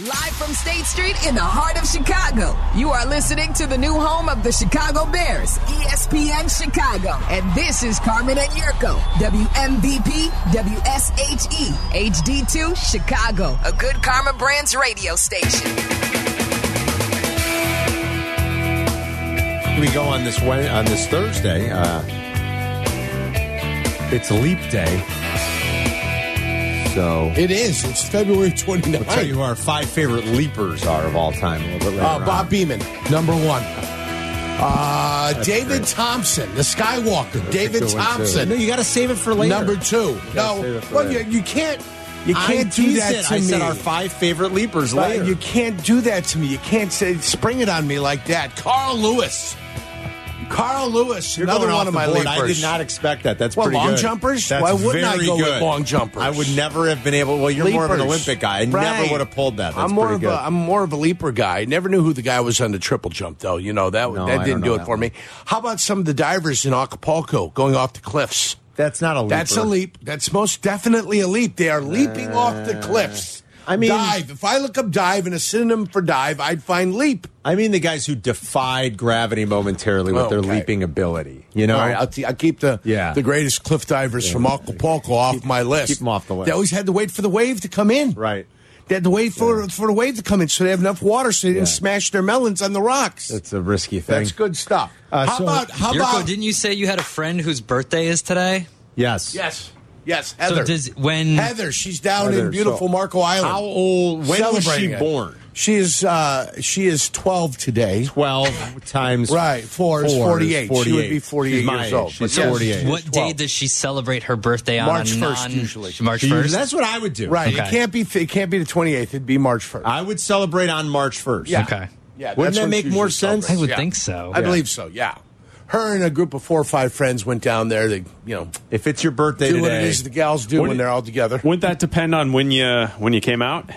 Live from State Street in the heart of Chicago, you are listening to the new home of the Chicago Bears, E ESPN Chicago. And this is Carmen and Yurko, WMVP, WSHE, HD2, Chicago, a good Karma Brands radio station. We go on this Wed on this Thursday. Uh, it's Leap Day, so It is. It's February 29th. we'll tell you who our five favorite leapers are of all time. A little bit later uh, on. Bob Beeman, number one. Uh, David great. Thompson, the Skywalker. David Good one, too. Thompson, No, you got to save it for later. number two. gotta No, save it for well, you, later. you can't. You I can't do teased that. it. to I me. said our our five favorite leapers But later. You can't do that to me. You can't say spring it on me like that. Carl Lewis. Carl Lewis, You're another going one off of the my board. leapers. I did not expect that. That's Well, pretty long good. jumpers? That's Why wouldn't I very go with good. long jumpers? I would never have been able. Well, you're more of an Leapers. Olympic guy. I Right. never would have pulled that. That's I'm more pretty of good. a I'm more of a leaper guy. I never knew who the guy was on the triple jump though. You know that No, I that don't didn't know do it that for one. me. How about some of the divers in Acapulco going off the cliffs? That's not a leaper. That's a leap. That's most definitely a leap. They are leaping off the cliffs. Uh, I mean- dive. If I look up dive and a synonym for dive, I'd find leap. I mean, the guys who defied gravity momentarily with their Okay. leaping ability. You know, All right, I'll, t- I'll keep the Yeah. the greatest cliff divers from Acapulco off my list. keep 'em off the list. They always had to wait for the wave to come in. Right. They had to wait for for the wave to come in so they have enough water so they didn't Yeah. smash their melons on the rocks. it's a risky thing. That's good stuff. Uh, how so- about how Yurko, about didn't you say you had a friend whose birthday is today? Yes. yes yes Heather So does when Heather she's down Heather, in beautiful so- Marco Island. How old? When was she Celebrating it. born? She is uh, she is twelve today. Twelve times Right, four is 48. She would be 48 She's my years age. old, She's but yes. forty-eight. what She's day 12. does she celebrate her birthday on? March a 1st non- usually. March She- first. That's what I would do. Right, it Okay. can't be it can't be the twenty eighth. It'd be March first. I would celebrate on March first. Yeah. Okay. Yeah, Wouldn't that's that when make she more usually sense? celebrates. I would Yeah. think so. I believe so. Yeah, her and a group of four or five friends went down there. They you know If it's your birthday do today, what it is the gals do when they're all together. Wouldn't that depend on when you when you came out?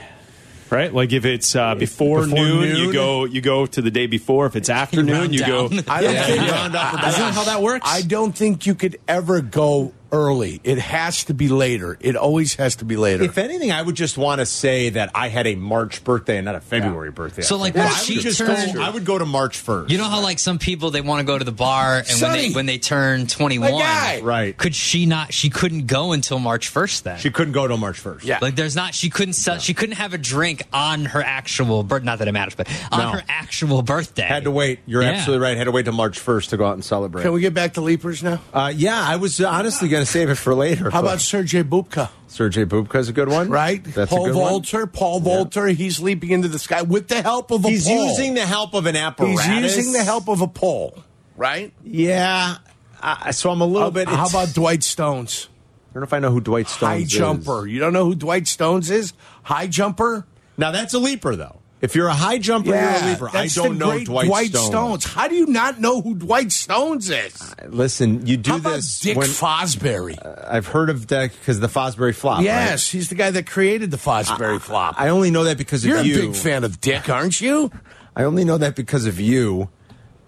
Right, like if it's uh, before, Before noon, noon? you go you go to the day before. If it's afternoon, round you down. go. I don't think round up or down. I- Is that how that works? I don't think you could ever go early. It has to be later. It always has to be later. If anything, I would just want to say that I had a March birthday and not a February birthday. So, like, I when would she just turned- go, I would go to March first. You know how like some people they want to go to the bar and when Sonny! they when they turn twenty one, My guy! Right. Could she not? She couldn't go until March first. Then she couldn't go till March first. Yeah. like there's not she couldn't sell, she couldn't have a drink on her actual birth. Not that it matters, but on No. her actual birthday had to wait. You're Yeah. absolutely right. Had to wait till March first to go out and celebrate. Can we get back to leapers now? uh, yeah, I was honestly going to save it for later. How but about Sergey Bubka? Sergey Bubka's a good one, Right? That's Paul a good Volter. one. Paul Volter. He's leaping into the sky with the help of a He's pole. using the help of an apparatus. He's using the help of a pole. Right? Yeah. I, so I'm a little bit. How Oh, it's- about Dwight Stones? I don't know if I know who Dwight Stones High is. jumper. You don't know who Dwight Stones is? High jumper? Now that's a leaper though. If you're a high jumper, you're a leaper. I that's don't the know great Dwight, Stones. How do you not know who Dwight Stones is? Listen, you do How about this Dick when Fosbury? I've heard of Dick because the Fosbury flop. Uh, yes, he's the guy that created the Fosbury flop. right? I only know that because You're of a you. big fan of Dick, aren't you? I only know that because of you.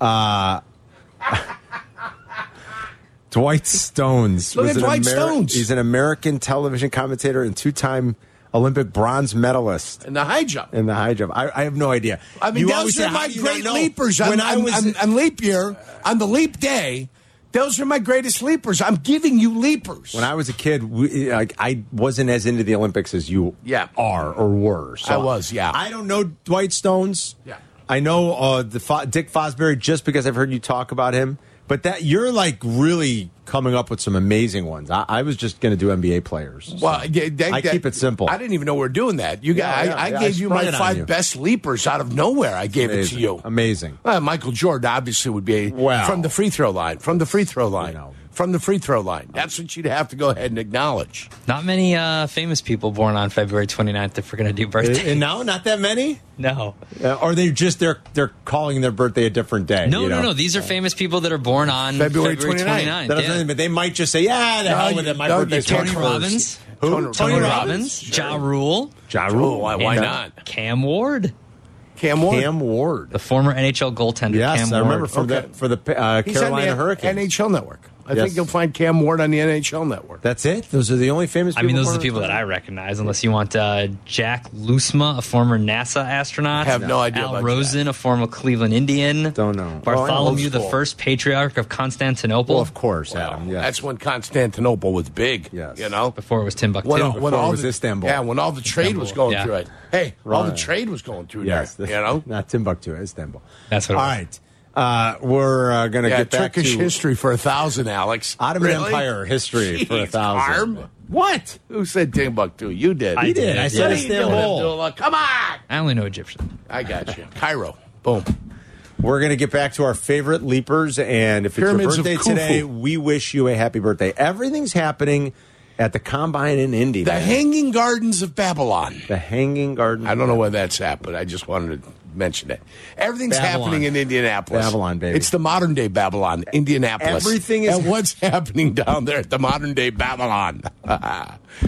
Uh, Dwight Stones. Look was at an Dwight Stones. He's an American television commentator and two-time Olympic bronze medalist. In the high jump. In the high jump, I, I have no idea. I mean, You always those say, are "How my do you not great know?" leapers. I'm, When I I'm- was, Uh, I'm- I'm leap year on the leap day. Those are my greatest leapers. I'm giving you leapers. When I was a kid, we, like I wasn't as into the Olympics as you Yeah. are or were. So I was, yeah. I don't know Dwight Stones. Yeah. I know uh, the Fo- Dick Fosbury just because I've heard you talk about him. But that you're like really coming up with some amazing ones. I, I was just going to do NBA players. well, yeah, that- I that- keep it simple. I didn't even know we are doing that. You Yeah, guys, I, yeah, I yeah, I gave you sprung my it on five you. best leapers out of nowhere. I gave amazing. it to you. Amazing. Uh, Michael Jordan obviously would be Wow. from the free throw line. From the free throw line. know. From the free throw line. That's what you'd have to go ahead and acknowledge. Not many uh, famous people born on February 29th if we're going to do And, birthday. Uh, and now, not that many. no. Uh, or they just they're they're calling their birthday a different day. No, you no, know? no. These are famous people that are born on February February, 29th. 29th. That doesn't yeah. mean- but they might just say, "Yeah, the No, hell you- with it. My no, you birthday's can't. March Tony first." Robbins, Who? Tony- Tony, Tony Robbins. Robbins, Ja Rule, Ja Rule. why- Oh, why and, uh, not? Cam Ward, Cam Ward. Cam Ward. the former NHL goaltender. Yes, Cam I remember Ward. for Okay. the for the uh, He's on Carolina the Hurricanes. NHL Network. I Yes. think you'll find Cam Ward on the NHL network. That's it. Those are the only famous. I mean, people those are the born in people that time. I recognize, unless you want uh, Jack Lusma, a former NASA astronaut. I have no idea Al about Rosen, a former Cleveland Indian. Don't know. Well, I'm Bartholomew, old the school. first patriarch of Constantinople. Well, of course, Adam. Yes. That's when Constantinople was big. Yes. You know? Before it was Timbuktu. When, Before it was Istanbul. Yeah, when all the trade was Istanbul, going yeah. through it. Hey, all the Right. trade was going through yes. there. You know? not Timbuktu, Istanbul. That's what it All was. right, uh, we're uh, going to Yeah, get back Turkish to history for a thousand, Alex. Ottoman Really? Empire history for a Jeez, thousand. Carm. What? Who said Timbuktu? You did. I did. I said Yeah, it's you don't have to Istanbul. look. Come on. I only know Egyptian. I got you. Cairo. Boom. We're going to get back to our favorite leapers, and if Pyramids of it's your birthday Khufu. today, we wish you a happy birthday. Everything's happening at the combine in Indy. The man. Hanging Gardens of Babylon. the Hanging Garden. I don't know where that's at, but I just wanted to mention it. Everything's Babylon. happening in Indianapolis. Babylon, baby. It's the modern day Babylon, Indianapolis. Everything is- And what's happening down there at the modern day Babylon?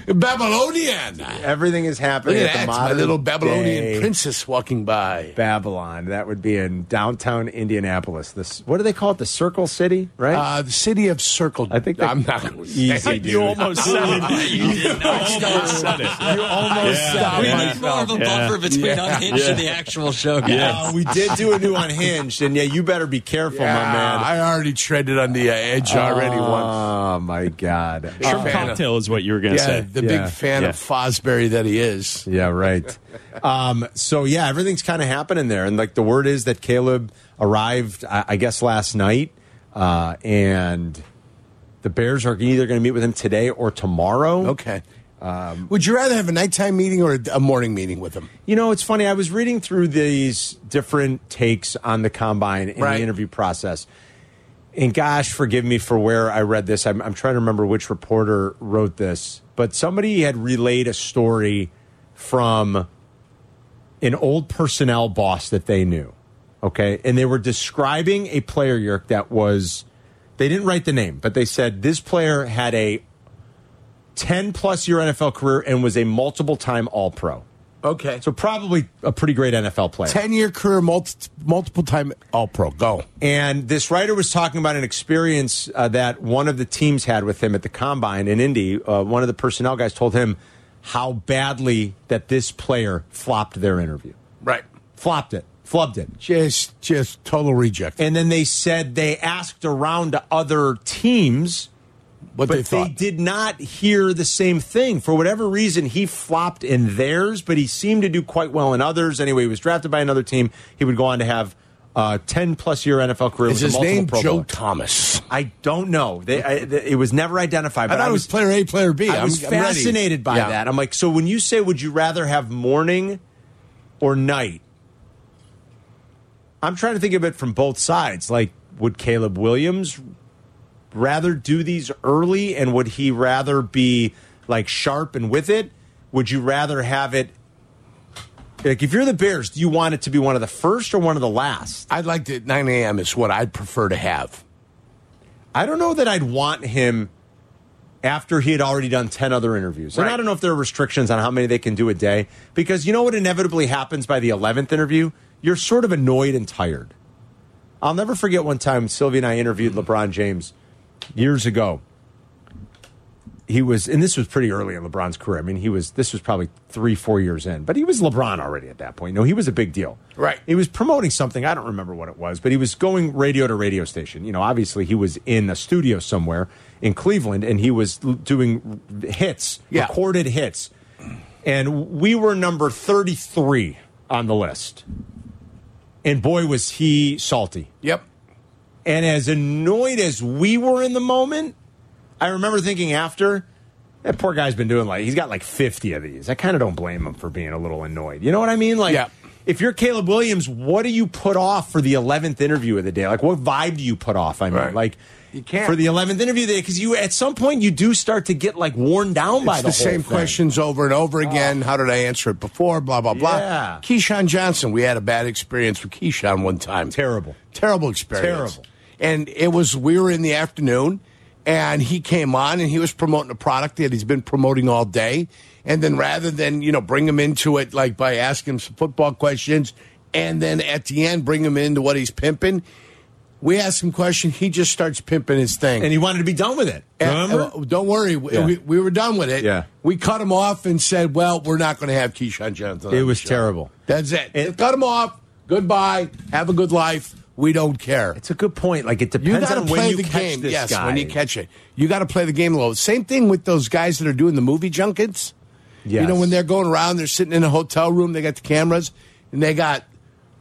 Babylonian. Everything is Look happening at at, that. the It's my modern little Babylonian day princess walking by. Babylon. That would be in downtown Indianapolis. This what do they call it? The Circle City, right? Uh, the city of Circle. I think that- I'm not going to say Easy, it. dude. You almost said it. You almost said it. You almost Yeah. stopped We need myself. a buffer between Unhinged and the actual show. guys. Uh, we did do a new unhinged, and yeah, you better be careful, my man. I already treaded on the uh, edge already once. Oh my god. Sure. Shrimp Fan of- cocktail is what you were going to Yeah, say. the Yeah. big fan Yeah. of Fosbury that he is. Yeah, right. um, so yeah, everything's kind of happening there, and like the word is that Caleb arrived, I, I guess, last night, uh, and the Bears are either going to meet with him today or tomorrow. Okay. Um, Would you rather have a nighttime meeting or a, a morning meeting with him? You know, it's funny. I was reading through these different takes on the combine in Right. the interview process. And gosh, forgive me for where I read this. I'm, I'm trying to remember which reporter wrote this, but somebody had relayed a story from an old personnel boss that they knew. Okay. And they were describing a player, Yerk, that was, they didn't write the name, but they said this player had a 10 plus year NFL career and was a multiple time All Pro. Okay. So probably a pretty great NFL player. ten-year career, multi- multiple time All Pro. Go. And this writer was talking about an experience uh, that one of the teams had with him at the combine in Indy. Uh, one of the personnel guys told him how badly that this player flopped their interview, Right. flopped it, flubbed it. Just, just total reject. And then they said they asked around to other teams, what but they thought. they did not hear the same thing. For whatever reason, he flopped in theirs, but he seemed to do quite well in others. Anyway, he was drafted by another team. He would go on to have a 10 plus year NFL career. Is with a his multiple name Pro Joe Bowler. Thomas? I don't know. They, I, th it was never identified. I But thought it was player A, player B. I I'm- was I'm ready. fascinated by Yeah. that. I'm like, so when you say, would you rather have morning or night? I'm trying to think of it from both sides. Like, would Caleb Williams rather do these early, and would he rather be like sharp and with it? Would you rather have it? Like, if you're the Bears, do you want it to be one of the first or one of the last? I'd like to. 9 a.m. is what I'd prefer to have. I don't know that I'd want him after he had already done 10 other interviews. And Right. I don't know if there are restrictions on how many they can do a day because you know what inevitably happens by the 11th interview? You're sort of annoyed and tired. I'll never forget one time Sylvia and I interviewed LeBron James years ago. He was, and this was pretty early in LeBron's career. I mean, he was, this was probably three, four years in, but he was LeBron already at that point. No, he was a big deal. Right. He was promoting something. I don't remember what it was, but he was going radio to radio station. You know, obviously he was in a studio somewhere in Cleveland and he was l- doing hits, Yeah. recorded hits. And we were number 33 on the list. And boy, was he salty. Yep. And as annoyed as we were in the moment, I remember thinking after, that poor guy's been doing like, he's got like 50 of these. I kind of don't blame him for being a little annoyed. You know what I mean? Like, Yeah. if you're Caleb Williams, what do you put off for the 11th interview of the day? Like, what vibe do you put off? I mean, Right. like, You can't. For the 11th interview of the day, because you, at some point, you do start to get like worn down by It's the, the, Oh. whole same thing. questions over and over again. How did I answer it before? Blah blah blah. Yeah. Keyshawn Johnson. We had a bad experience with Keyshawn one time. Terrible. terrible experience. Terrible. And it was we were in the afternoon, and he came on and he was promoting a product that he's been promoting all day. And then rather than you know bring him into it like by asking him some football questions, and then at the end bring him into what he's pimping. We ask him question. He just starts pimping his thing. and he wanted to be done with it. And- Remember? uh, don't worry, we, Yeah. we, we were done with it. Yeah. we cut him off and said, "Well, we're not going to have Keyshawn Johnson." on It the was show." terrible. That's it. It- cut him off. Goodbye. Have a good life. We don't care. It's a good point. Like it You depends got to on when play you the catch game. this Yes, guy. when you catch it, you got to play the game low. Same thing with those guys that are doing the movie junkets. You Yes. know, when they're going around, they're sitting in a hotel room. They got the cameras, and they got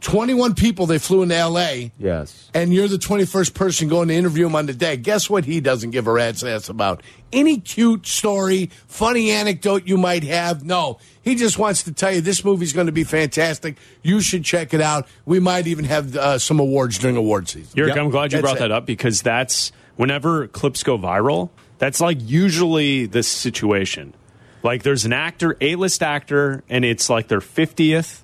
twenty-one people they flew into L.A. Yes. and you're the 21st person going to interview him on the day, guess what he doesn't give a rat's ass about? Any cute story, funny anecdote you might have? No. He just wants to tell you this movie's going to be fantastic. You should check it out. We might even have uh, some awards during award season. Eric, Yep. I'm glad you That's brought it. that up because that's whenever clips go viral, that's like usually the situation. Like there's an actor, A list actor, and it's like their 50th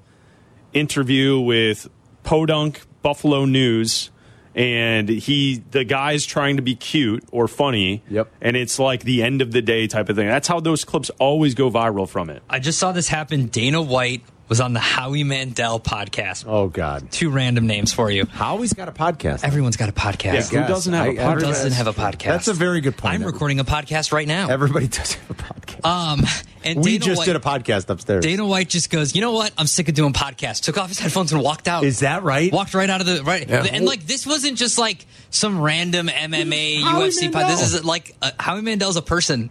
interview with Podunk Buffalo News. And he, the guy's trying to be cute or funny. Yep. And it's like the end of the day type of thing. That's how those clips always go viral from it. I just saw this happen. Dana White was on the Howie Mandel podcast. Oh God. Two random names for you. Howie's got a podcast. Everyone's got a podcast. Yeah, Who doesn't have a a podcast? doesn't have a podcast? That's a very good point. I'm recording a podcast right now. Everybody does have a podcast. Um, and we Dana just White, did a podcast upstairs. Dana White just goes, you know what? I'm sick of doing podcasts. Took off his headphones and walked out. Is that right? Walked right out of the right. Yeah. And like this wasn't just like some random MMA Howie UFC pod. Mandel. This is like uh, Howie Mandel's a person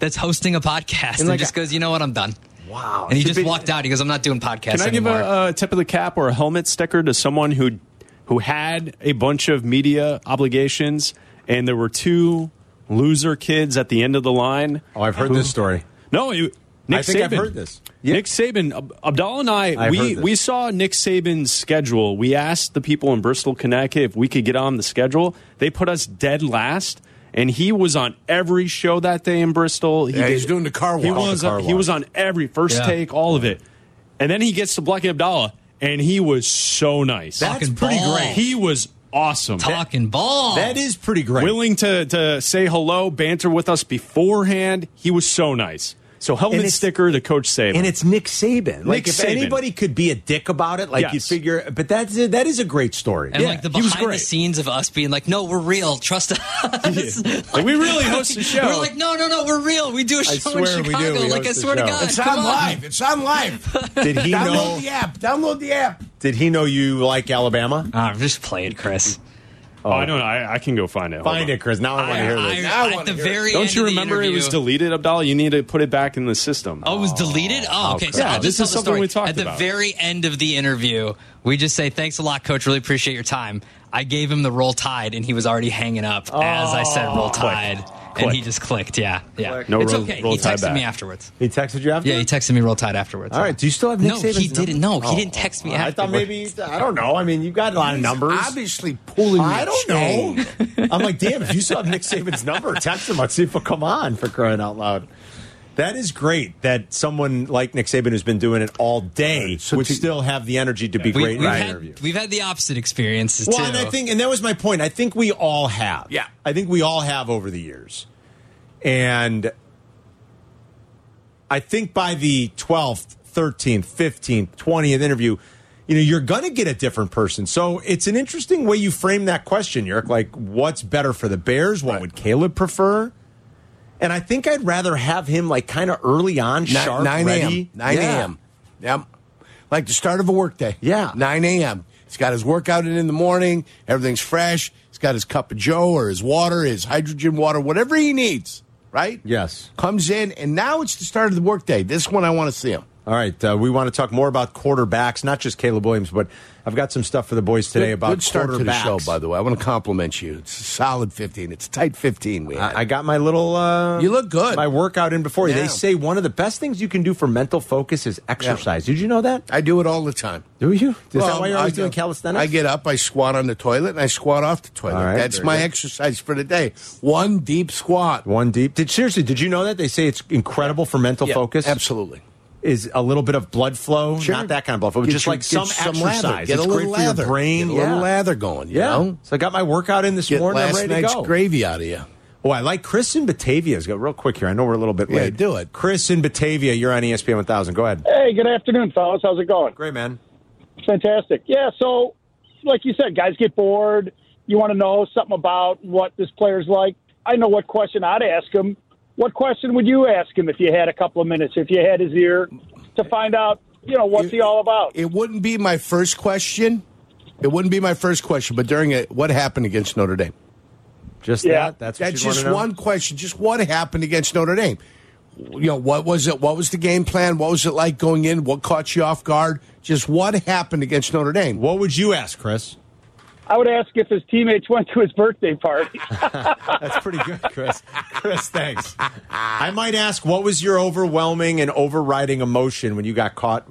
that's hosting a podcast and, like just a- goes, you know what? I'm done. Wow. And he Should just be- walked out. He goes, I'm not doing podcasts Can I give anymore. a, a tip of the cap or a helmet sticker to someone who who had a bunch of media obligations and there were two loser kids at the end of the line? Oh, I've heard who- this story. No, it, Nick I think I've Saban. heard this. Nick Saban, Ab- Abdallah and I, I've heard we this. we saw Nick Saban's schedule. We asked the people in Bristol, Connecticut, if we could get on the schedule. They put us dead last, and he was on every show that day in Bristol. He Yeah, did- he's doing the car He wash. was The car he was wash. on every first Yeah. take, all of it, and then he gets to Black Abdallah, and he was so nice. That's Talking pretty balls. great. he was awesome. Talking ball. That is pretty great. Willing to, to say hello, banter with us beforehand. He was so nice. So helmet it's- sticker to Coach Saban. and it's Nick Saban. Like Nick if Saban. anybody could be a dick about it, like Yes. you figure. But that's a, that is a great story. And Yeah, like the he was behind the great. scenes of us being like, no, we're real. Trust us. Yeah. Like, we really host the show. We're like, no, no, no, we're real. We do a show in swear we do. Chicago. We like, I host the swear to show. God. It's come on on. live. It's on live. Did he Download know? the app. Download the app. Did he know you like Alabama? Ah, just play it, Chris. oh, I don't know. I, I can go find it. Hold Find on. it, Chris. Now I want to hear I- this. I at wanna the hear it. very end Don't of you the remember it was interview- deleted, Abdallah? You need to put it back in the system. Oh, it was deleted. Oh, okay. So Yeah, I'll just this tell is the something we story. talked At the about. very end of the interview, we just say, "Thanks a lot, Coach. Really appreciate your time." I gave him the roll tide, and he was already hanging up as I said roll tide, and he Oh, Click. just clicked. Yeah, yeah. No it's Roll- okay. Roll he Tide texted back. me afterwards. He texted you after. Yeah, he that? texted me roll tide afterwards. All right. Do you still have Nick no, Saban's he number? didn't. No, Oh, he didn't text me. I thought afterwards. maybe I don't know. I mean, you've got a lot of numbers. Obviously, pulling. I your don't chain. know. I'm like, damn, if you still have Nick Saban's number, text him. Let's see if he'll come on for crying out loud. That is great that someone like Nick Saban, who's been doing it all day, So would to- still have the energy to be We, great we've, in an had, interview. we've had the opposite experiences Well, too. and I think, and that was my point. I think we all have. Yeah. I think we all have over the years. And I think by the 12th, 13th, 15th, 20th interview, you know, you're going to get a different person. So it's an interesting way you frame that question, Yerk. Like, what's better for the Bears? What would Caleb prefer? And I think I'd rather have him like kind of early on, Ni- sharp, 9 a.m. ready. 9 Yeah. a.m. Yep. Like the start of a workday. Yeah. 9 a.m. He's got his workout in in the morning. Everything's fresh. He's got his cup of joe or his water, his hydrogen water, whatever he needs, right? Yes. Comes in, and now it's the start of the workday. This one I want to see him. All right, uh, we want to talk more about quarterbacks, not just Caleb Williams, but I've got some stuff for the boys today about Good start quarterbacks. to the show, by the way. I want to compliment you. It's a solid 15. It's a tight 15 we had. I, I got my little. Uh, You look good. My workout in before you. Yeah. They say one of the best things you can do for mental focus is exercise. Did you know that? I do it all the time. Do you? Is that Well, why you're always I- doing calisthenics? I get up, I squat on the toilet, and I squat off the toilet. All right, That's very my good. exercise for the day. One deep squat. one deep. Did seriously? Did you know that they say it's incredible for mental Yeah, focus? Absolutely. Is a little bit of blood flow, Sure. not that kind of blood flow, but Get just your- like get some, exercise. lather. Get it's a little great lather. for your brain. Get a little yeah. lather going. You Yeah. know? So I got my workout in this Get morning. I'm last ready to night's go. gravy out of you. Oh, I like Chris in Batavia. Let's go real quick here. I know we're a little bit Yeah, late. do it. Chris in Batavia, you're on E ESPN 1000. Go ahead. Hey, good afternoon, fellas. How's it going? Great, man. Fantastic. Yeah, so like you said, guys get bored. you want to know something about what this player's like, I know what question I'd ask him. What question would you ask him if you had a couple of minutes, if you had his ear, to find out, you know, what's he all about? It wouldn't be my first question. It wouldn't be my first question, but during it, what happened against Notre Dame? Just Yeah. that. That's what That's you'd wanna just know? one question. Just what happened against Notre Dame? You know, what was it? What was the game plan? What was it like going in? What caught you off guard? Just what happened against Notre Dame? What would you ask, Chris? I would ask if his teammates went to his birthday party. That's pretty good, Chris. Chris, thanks. I might ask, what was your overwhelming and overriding emotion when you got caught?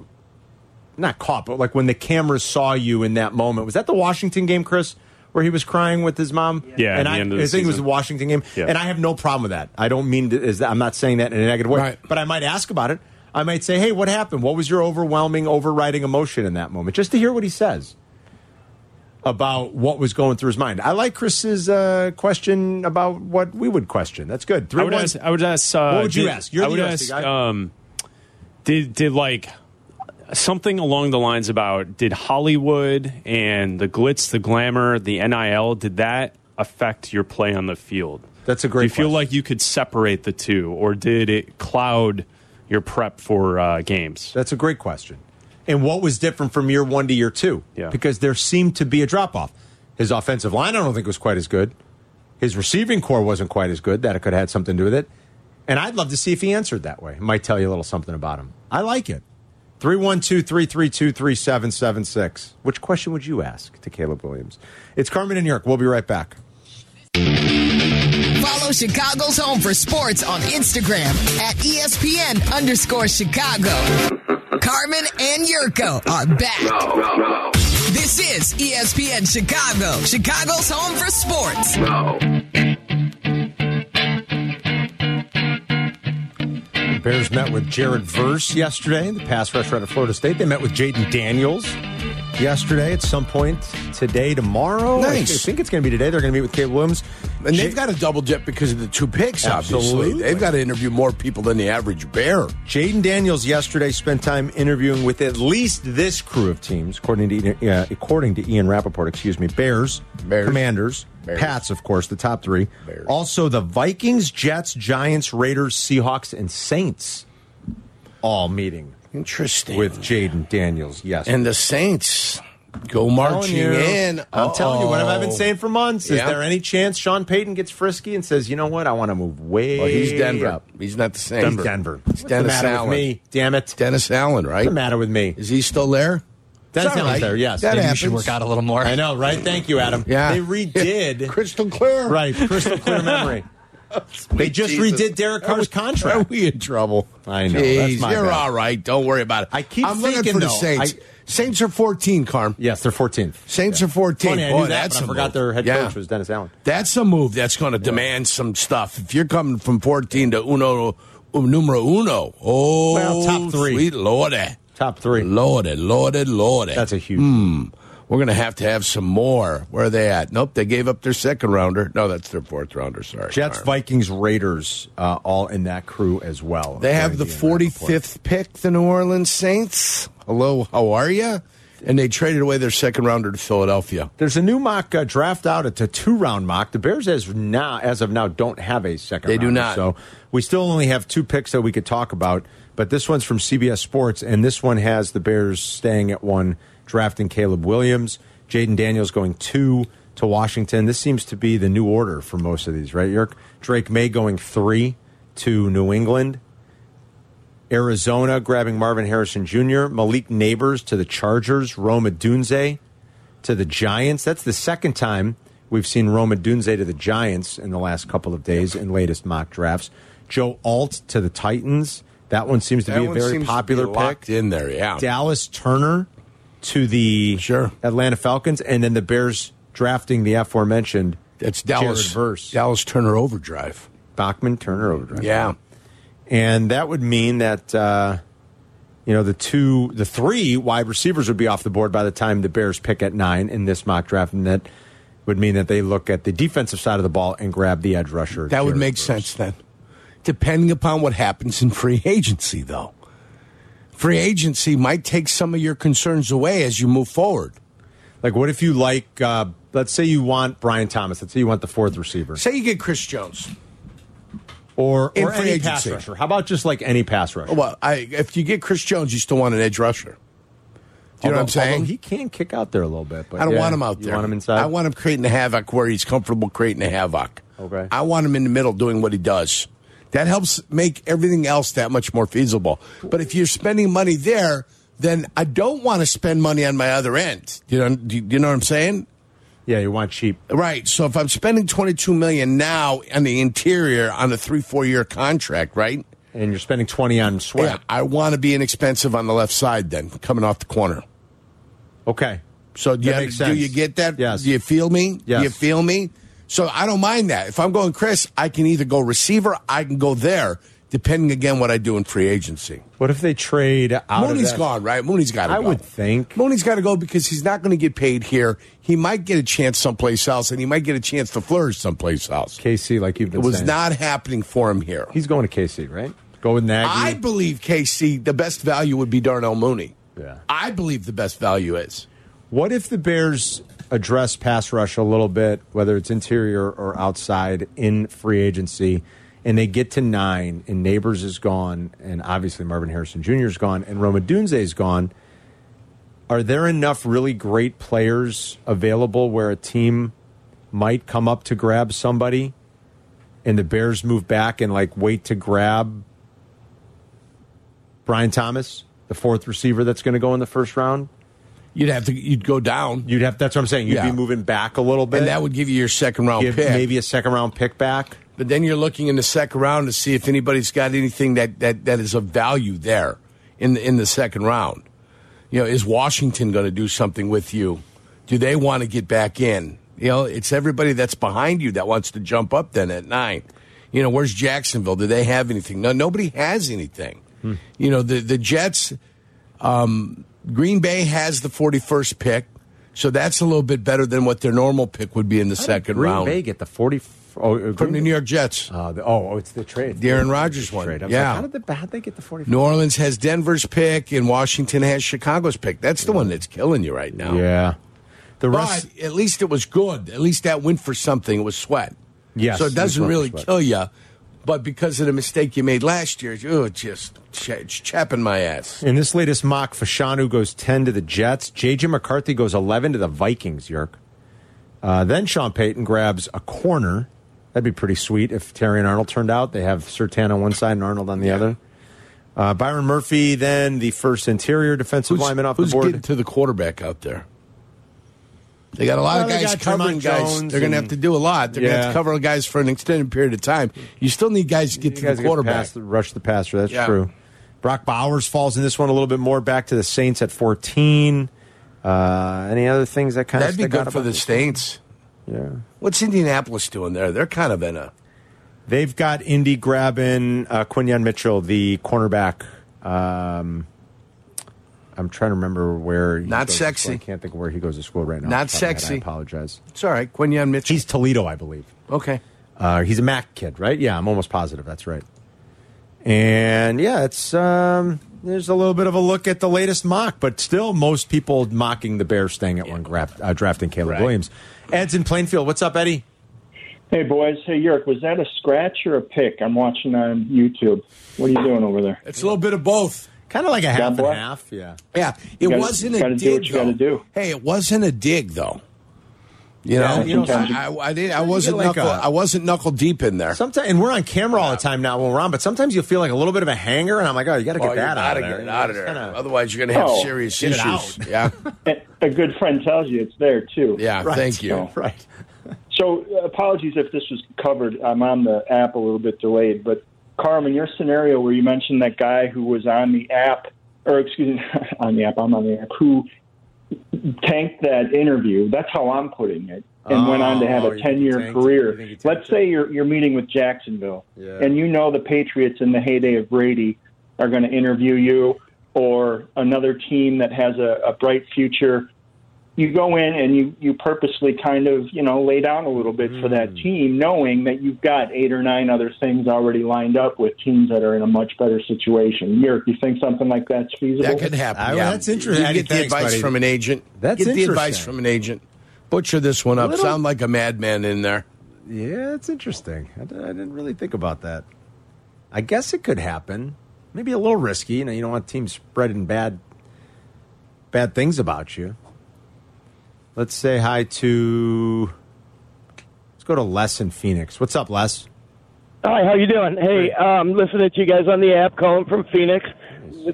Not caught, but like when the cameras saw you in that moment. Was that the Washington game, Chris, where he was crying with his mom? Yeah, and at the I, end of the I think it was the season. Washington game. Yeah. And I have no problem with that. I don't mean to, is that, I'm not saying that in a negative way, Right. but I might ask about it. I might say, hey, what happened? What was your overwhelming, overriding emotion in that moment? Just to hear what he says about what was going through his mind. I like Chris's uh, question about what we would question. That's good. Three I would one- ask. I would ask. Uh, What would you did- ask? You're I the would UFC ask. guy. Um, did did like something along the lines about did Hollywood and the glitz, the glamour, the NIL, did that affect your play on the field? That's a Do great you feel question. like you could separate the two, or did it cloud your prep for uh, games? That's a great question. And what was different from year one to year two? Yeah. Because there seemed to be a drop off. His offensive line, I don't think, was quite as good. His receiving core wasn't quite as good. That could have had something to do with it. And I'd love to see if he answered that way. It might tell you a little something about him. I like it. 312 332 3776. Which question would you ask to Caleb Williams? It's Carmen and York. We'll be right back. Follow Chicago's Home for Sports on Instagram at E ESPN underscore Chicago. Carmen and Yurko are back. This is E ESPN Chicago, Chicago's Home for Sports. Bears met with Jared Verse yesterday, the pass rusher out of Florida State. They met with Jaden Daniels yesterday at some point today, tomorrow. I Nice. think- I think it's going to be today. They're going to meet with Caleb Williams. And Ja- they've got to double dip because of the two picks, Absolutely. obviously. They've got to interview more people than the average bear. Jaden Daniels yesterday spent time interviewing with at least this crew of teams, according to uh, according to Ian Rappaport. Excuse me, Bears, Bears. Commanders, Bears. Pats, of course, the top three. Bears. Also, the Vikings, Jets, Giants, Raiders, Seahawks, and Saints all meeting Interesting. with Jaden Daniels yesterday. and the Saints go telling marching you. in. I'm telling you, what I've been Oh. saying for months. Is Yeah. there any chance Sean Payton gets frisky and says, you know what, I want to move way Well, he's Denver. up. He's not the Saints. Denver. Denver. What's the Dennis matter Allen. with me? Damn it. What's Dennis Allen, right? the matter with me? Is he still there? Dennis all Allen's right. there, yes. That Maybe Maybe you happens. should work out a little more. I know, right? Thank you, Adam. Yeah. They redid. Crystal clear. right. Crystal clear memory. They just Jesus. redid Derek Are we- Carr's Are contract. we in trouble? I know. Jeez, That's my you're bad. all right. Don't worry about it. I keep I'm looking thinking, for the though, Saints. I- Saints are 14, Carm. Yes, they're 14th. Saints are 14. Funny, I Boy, knew that, that's but I a forgot move. their head Yeah. coach was Dennis Allen. That's a move that's going to demand some stuff. If you're coming from 14 to uno, numero uno, oh, Well, top three. sweet lordy, Top three. lordy, lordy, lordy. That's a huge. We're going to have to have some more. Where are they at? Nope, they gave up their second rounder. No, that's their fourth rounder. Sorry, Jets, Sorry. Vikings, Raiders, uh, all in that crew as well. They have the according to Ian Rappaport. 45th pick, the New Orleans Saints. Hello, how are you? And they traded away their second rounder to Philadelphia. There's a new mock uh, draft out. It's a two round mock. The Bears, as now, as of now, don't have a second. They do rounder. not. So we still only have two picks that we could talk about. But this one's from CBS Sports, and this one has the Bears staying at one, drafting Caleb Williams, Jaden Daniels going two to Washington. This seems to be the new order for most of these, right? York Drake May going three to New England. Arizona grabbing Marvin Harrison Jr., Malik Neighbors to the Chargers, Roma Dunze to the Giants. That's the second time we've seen Roma Dunze to the Giants in the last couple of days in latest mock drafts. Joe Alt to the Titans. That one seems to That be a one very seems to popular be locked pick. in there, yeah. Dallas Turner to the Sure. Atlanta Falcons, and then the Bears drafting the aforementioned That's Dallas. Jared Verse. Dallas Turner overdrive. Bachman Turner overdrive. Yeah. and that would mean that uh, you know the two, the three wide receivers would be off the board by the time the Bears pick at nine in this mock draft, and that would mean that they look at the defensive side of the ball and grab the edge rusher. That would Jared make Verse. sense then. Depending upon what happens in free agency, though. Free agency might take some of your concerns away as you move forward. Like, what if you like uh, Let's say you want Brian Thomas. Let's say you want the fourth receiver Say you get Chris Jones. or, In or free any agency. pass rusher. How about just like any pass rusher? Well, I, if you get Chris Jones, you still want an edge rusher. Do you know what I'm Although- although saying? He can kick out there a little bit, but I don't yeah, want him out you there. want him inside. I want him creating the havoc where he's comfortable creating the havoc. Okay. I want him in the middle doing what he does. That helps make everything else that much more feasible. But if you're spending money there, then I don't want to spend money on my other end. You know, do you- do you know what I'm saying? Yeah, you want cheap. Right. So if I'm spending 22 million now on the interior on a three, four year contract, right? And you're spending 20 on sweat. Yeah, I want to be inexpensive on the left side then, coming off the corner. Okay. So do you, That makes do you sense. get that? Yes. Do you feel me? Yes. Do you feel me? So I don't mind that. If I'm going Chris, I can either go receiver, I can go there, depending again what I do in free agency. What if they trade out Mooney's of that? gone, right? Mooney's got to go. I would think. Mooney's got to go because he's not going to get paid here. He might get a chance someplace else, and he might get a chance to flourish someplace else. KC, like you've It been was saying. not happening for him here. He's going to KC, right? Go with Nagy. I believe, KC, the best value would be Darnell Mooney. Yeah. I believe the best value is. What if the Bears address pass rush a little bit, whether it's interior or outside in free agency, and they get to nine, and Neighbors is gone, and obviously Marvin Harrison Jr. is gone, and Roma Dunze is gone? Are there enough really great players available where a team might come up to grab somebody, and the Bears move back and like wait to grab Brian Thomas, the fourth receiver that's going to go in the first round? You'd have to. You'd go down. You'd have. That's what I'm saying. You'd Yeah. be moving back a little bit, and that would give you your second round give pick. maybe a second round pick back. But then you're looking in the second round to see if anybody's got anything that that, that is of value there in the, in the second round. You know, is Washington going to do something with you? Do they want to get back in? You know, it's everybody that's behind you that wants to jump up then at nine. You know, where's Jacksonville? Do they have anything? No, nobody has anything. Hmm. You know, the the Jets. um, Green Bay has the 41st pick, so that's a little bit better than what their normal pick would be in the second Green round Bay get the forty. f- Oh, uh, from the Green- New York Jets. Uh, the, oh, oh, it's the trade. The Aaron Rodgers one. Trade. I was Yeah. Like, how did the, how'd they get the forty? New Orleans has Denver's pick, and Washington has Chicago's pick. That's the one that's killing you right now. Yeah. The But rest. at least it was good. At least that went for something. It was sweat. Yes, So it it was doesn't went for really sweat. kill you. But because of the mistake you made last year, oh, it's just ch- it's chapping my ass. in this latest mock, Fashanu goes ten to the Jets. JJ McCarthy goes eleven to the Vikings. Yerk. Uh, then Sean Payton grabs a corner. That'd be pretty sweet if Terry and Arnold turned out. They have Sertan on one side and Arnold on the other. Uh, Byron Murphy, then the first interior defensive lineman off who's the board. getting to the quarterback out there? They got a lot Well, of they guys got Tremont covering guys. Jones They're going to and- have to do a lot. They're going to Yeah. have to cover guys for an extended period of time. You still need guys to get You to guys the get quarterback. past the- rush the passer. That's Yeah. true. Brock Bowers falls in this one a little bit more back to the Saints at 14. Uh, any other things that kind That'd of be stick good out for about the this? Saints. Yeah. What's Indianapolis doing there? They're kind of in a. They've got Indy grabbing uh, Quinion Mitchell, the cornerback. Um, I'm trying to remember where. he Not goes to school. sexy. I can't think of where he goes to school right now. Not off the top of my head. sexy. I apologize. It's all right. Quinion Mitchell. He's Toledo, I believe. okay. Uh, he's a Mac kid, right? Yeah, I'm almost positive that's right. And yeah, it's um, there's a little bit of a look at the latest mock, but still, most people mocking the Bears staying at one graf- uh, drafting Caleb Williams. Ed's in Plainfield. What's up, Eddie? Hey boys, hey York, was that a scratch or a pick? I'm watching on YouTube. What are you doing over there? It's a little bit of both. Kind of like a half and boy. half. Yeah, Yeah. It gotta- wasn't you a gotta dig. do what you though. gotta do. Hey, it wasn't a dig though. You Yeah, know, you know, I, sometimes I, I didn't. I wasn't like knuckle. a- I wasn't knuckle deep in there. sometimes and we're on camera all the time now when we're on, but sometimes you'll feel like a little bit of a hanger, and I'm like, oh, you got to get Oh, you that out gotta of there. Get You it know, out of it's there. kinda- Otherwise, you're going to have Oh, serious get it issues. Yeah. A a good friend tells you it's there too. Yeah. Right. Thank you. Right. So uh, apologies if this was covered. I'm on the app a little bit delayed, but Carmen, your scenario where you mentioned that guy who was on the app, or excuse me, on the app, I'm on the app, who tanked that interview. That's how I'm putting it, and went on to have Oh, you a think he 10 year tanked it? You think he career. tanked Let's it? say you're you're meeting with Jacksonville, Yeah. and you know the Patriots in the heyday of Brady are going to interview you, or another team that has a, a bright future you go in and you you purposely kind of you know lay down a little bit for Mm. that team, knowing that you've got eight or nine other things already lined up with teams that are in a much better situation. Yerk, you think something like that's feasible? That could happen. I- yeah. that's interesting. You I get didn't the think, advice buddy. from an agent. That's get the advice interesting. from an agent. Butcher this one up. Little- Sound like a madman in there. Yeah, it's interesting. I, di- I didn't really think about that. I guess it could happen. Maybe a little risky. You know, you don't want teams spreading bad, bad things about you. Let's say hi to. Let's go to Les in Phoenix. What's up, Les? Hi, how you doing? Hey, um, listening to you guys on the app, calling from Phoenix.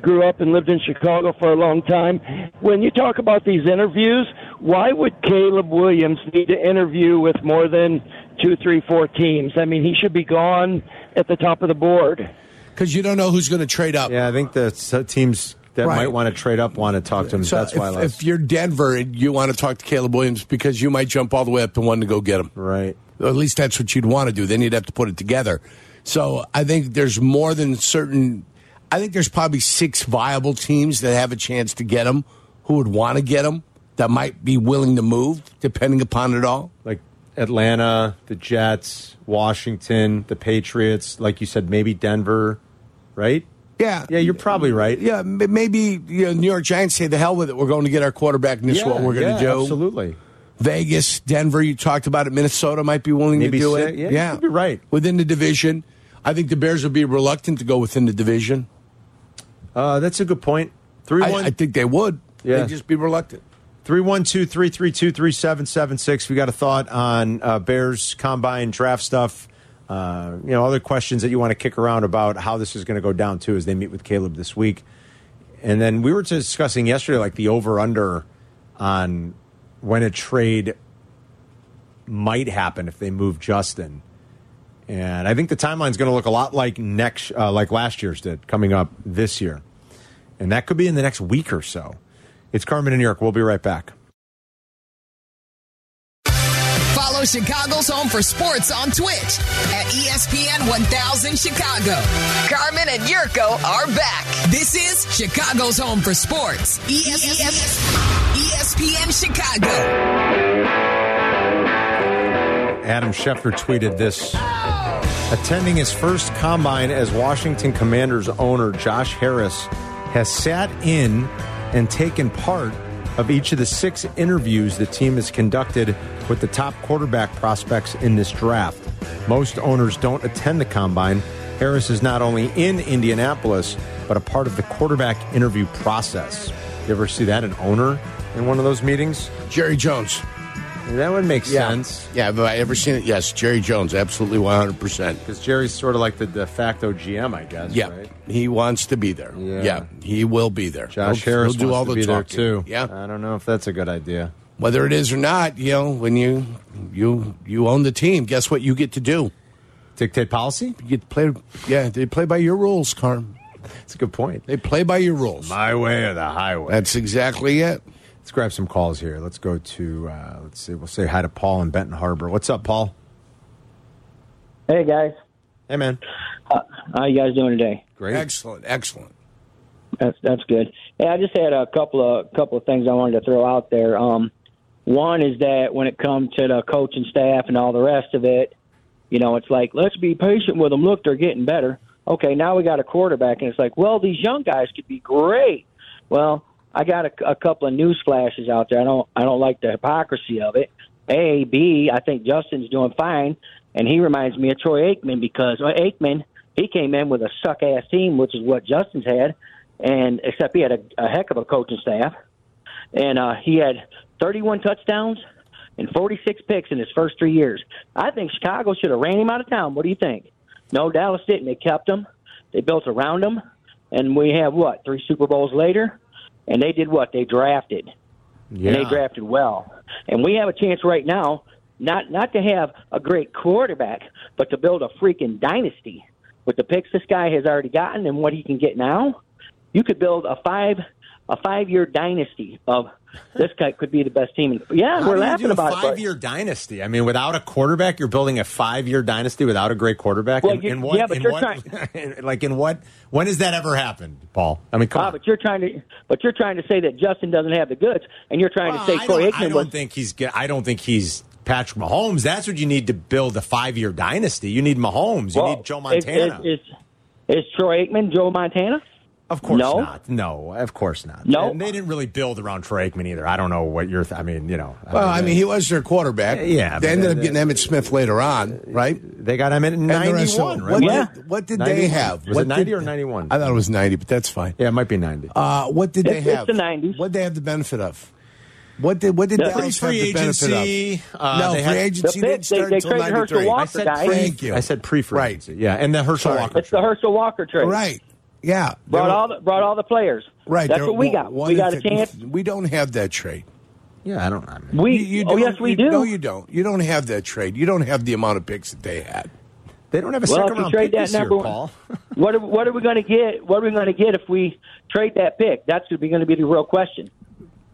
Grew up and lived in Chicago for a long time. When you talk about these interviews, why would Caleb Williams need to interview with more than two, three, four teams? I mean, he should be gone at the top of the board. Because you don't know who's going to trade up. Yeah, I think the s- teams that Right. might want to trade up want to talk to him. So That's if, why, Les. if you're Denver, you want to talk to Caleb Williams because you might jump all the way up to one to go get him. right. Or at least that's what you'd want to do. Then you'd have to put it together. So I think there's more than certain. I think there's probably six viable teams that have a chance to get him, who would want to get him, that might be willing to move, depending upon it all. like Atlanta, the Jets, Washington, the Patriots, like you said, maybe Denver, right? Yeah, Yeah, you're probably right. yeah. m- Maybe you know, New York Giants say the hell with it. We're going to get our quarterback, and this is what we're going to yeah, do. Absolutely. Vegas, Denver, you talked about it. Minnesota might be willing Maybe to do six- it. yeah, you could be right. Within the division. I think the Bears would be reluctant to go within the division. Uh, that's a good point. Three I, one I think they would. Yeah. They'd just be reluctant. three one two three three two three seven seven six. We got a thought on uh, Bears combine draft stuff. Uh, you know, other questions that you want to kick around about how this is going to go down too as they meet with Caleb this week. And then we were discussing yesterday, like the over under on when a trade might happen if they move Justin. And I think the timeline's going to look a lot like next, uh, like last year's did, coming up this year, and that could be in the next week or so. It's Carmen in New York. We'll be right back. Follow Chicago's Home for Sports on Twitch at E ESPN 1000 Chicago. Carmen and Yurko are back. This is Chicago's Home for Sports. E ESPN Chicago. Adam Schefter tweeted this. Attending his first combine as Washington Commanders owner, Josh Harris has sat in and taken part of each of the six interviews the team has conducted with the top quarterback prospects in this draft. Most owners don't attend the combine. Harris is not only in Indianapolis, but a part of the quarterback interview process. You ever see that, an owner in one of those meetings? Jerry Jones. That would make sense. Yeah, have I ever seen it? Yes, Jerry Jones, absolutely 100%. Because Jerry's sort of like the de facto GM, I guess. Yeah, Right? he wants to be there. Yeah. Yeah, he will be there. Josh He'll- Harris he'll do wants all to the be talking. there too. Yeah, I don't know if that's a good idea. whether it is or not, you know, when you you you own the team, guess what you get to do? Dictate policy? You get to play. Yeah, they play by your rules, Carm. That's a good point. They play by your rules. My way or the highway. That's exactly it. Let's grab some calls here. Let's go to uh, let's see. We'll say hi to Paul in Benton Harbor. What's up, Paul? Hey, guys. Hey, man. How you guys doing today? Great. Excellent, excellent. That's that's good. Hey, I just had a couple of couple of things I wanted to throw out there. Um, one is that when it comes to the coaching staff and all the rest of it, you know, it's like let's be patient with them. Look, they're getting better. Okay, now we got a quarterback, and it's like, well, these young guys could be great. Well, I got a, a couple of news flashes out there. I don't I don't like the hypocrisy of it. A B, I think Justin's doing fine, and he reminds me of Troy Aikman because well, Aikman he came in with a suck ass team, which is what Justin's had, and except he had a, a heck of a coaching staff, and uh, he had 31 touchdowns and 46 picks in his first three years. I think Chicago should have ran him out of town. What do you think? No, Dallas didn't. They kept him. They built around him, and we have what three Super Bowls later, and they did what they drafted Yeah. and they drafted well. And we have a chance right now not not to have a great quarterback, but to build a freaking dynasty with the picks this guy has already gotten and what he can get now. You could build a five a five year dynasty of this guy could be the best team. In, yeah, How we're do you laughing do about a it. but- five-year dynasty. I mean, without a quarterback, you're building a five-year dynasty without a great quarterback. Well, in, you- in what, yeah, but in you're what, trying- like in what? When has that ever happened, Paul? I mean, come Ah, on. but you're trying to, but you're trying to say that Justin doesn't have the goods, and you're trying Well, to say I Troy don't, I Aikman don't was think he's. get- I don't think he's Patrick Mahomes. That's what you need to build a five-year dynasty. You need Mahomes. You Well, need Joe is- Montana. Is, is, is Troy Aikman Joe Montana? Of course No? not. No, of course not. No? And they didn't really build around Troy Aikman either. I don't know what your. Th- I mean, you know. Well, I mean, he was their quarterback. Yeah, They but ended then- up getting Emmett Smith later on, right? they got him in And the ninety rest of one. them. Right? What Yeah. did, what did 91? they have? Was What it ninety did- or ninety one? I thought it was 90, but that's fine. Yeah, it might be Oh, ninety. Uh, what did It's- they it's have? the 90s. What did they have the benefit of? What did what did Yeah. Dallas have the benefit of? uh, no, they free had- agency The didn't pick, they- start they until traded Herschel 93. I Walker. said guys. pre. Thank you. I said pre for Right. agency. Yeah, and the Herschel Sorry. Walker. It's the trade. Herschel Walker trade. Right. Yeah. They Brought were- all the, brought all the players. right. That's they what were we got. one We in got a 50. chance. We don't have that trade. Yeah, I don't. I mean, We You- you oh don't- yes we you- do. No, you don't. You don't have that trade. You don't have the amount of picks that they had. they don't have a Well, second if you round trade pick that this year, number Paul. one, what are, what are we going to get? What are we going to get if we trade that pick? That's going to be the real question.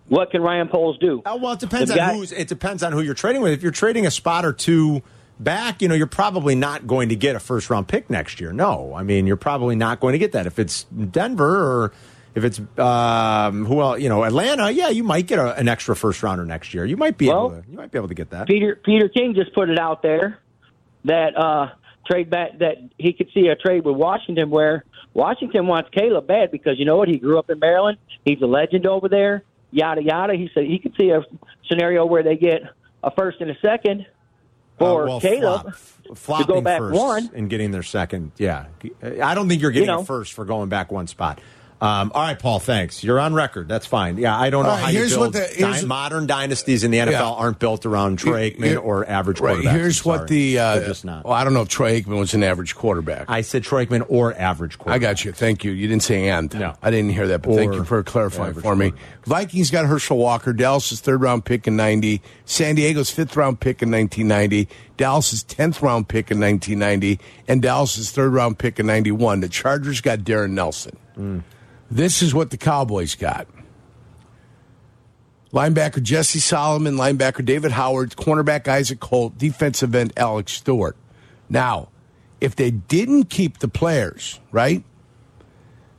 What can Ryan Poles do? Oh, well, it depends The on guy- who's. It depends on who you're trading with. If you're trading a spot or two back, you know you're probably not going to get a first round pick next year. No, I mean you're probably not going to get that if it's Denver or if it's um, who else. You know Atlanta. Yeah, you might get a, an extra first rounder next year. You might be Well- able to, you might be able to get that. Peter Peter King just put it out there that uh, trade back that he could see a trade with Washington where Washington wants Caleb bad because you know what he grew up in Maryland. He's a legend over there. Yada yada. He said he could see a scenario where they get a first and a second for Uh, well, Caleb. flop. Flopping go back first one. and getting their second. Yeah, I don't think you're getting know. a first for going back one spot. Um, all right, Paul. Thanks. You're on record. That's fine. Yeah, I don't know All right, how you here's what build the- here's- dy- modern dynasties in the NFL Yeah. aren't built around Troy Here- here- Aikman or average Right. quarterbacks. Here's I'm what sorry. the. Uh, They're just not. Well, I don't know if Troy Aikman was an average quarterback. I said Troy Aikman or average quarterback. I got you. Thank you. You didn't say and. No. I didn't hear that, but thank Or you for clarifying average for me. quarterback. Vikings got Herschel Walker, Dallas's third round pick in 90, San Diego's fifth round pick in 1990, Dallas's 10th round pick in 1990, and Dallas's third round pick in 91. The Chargers got Darren Nelson. Mm. This is what the Cowboys got. Linebacker Jesse Solomon, linebacker David Howard, cornerback Isaac Holt, defensive end Alex Stewart. Now, if they didn't keep the players, right,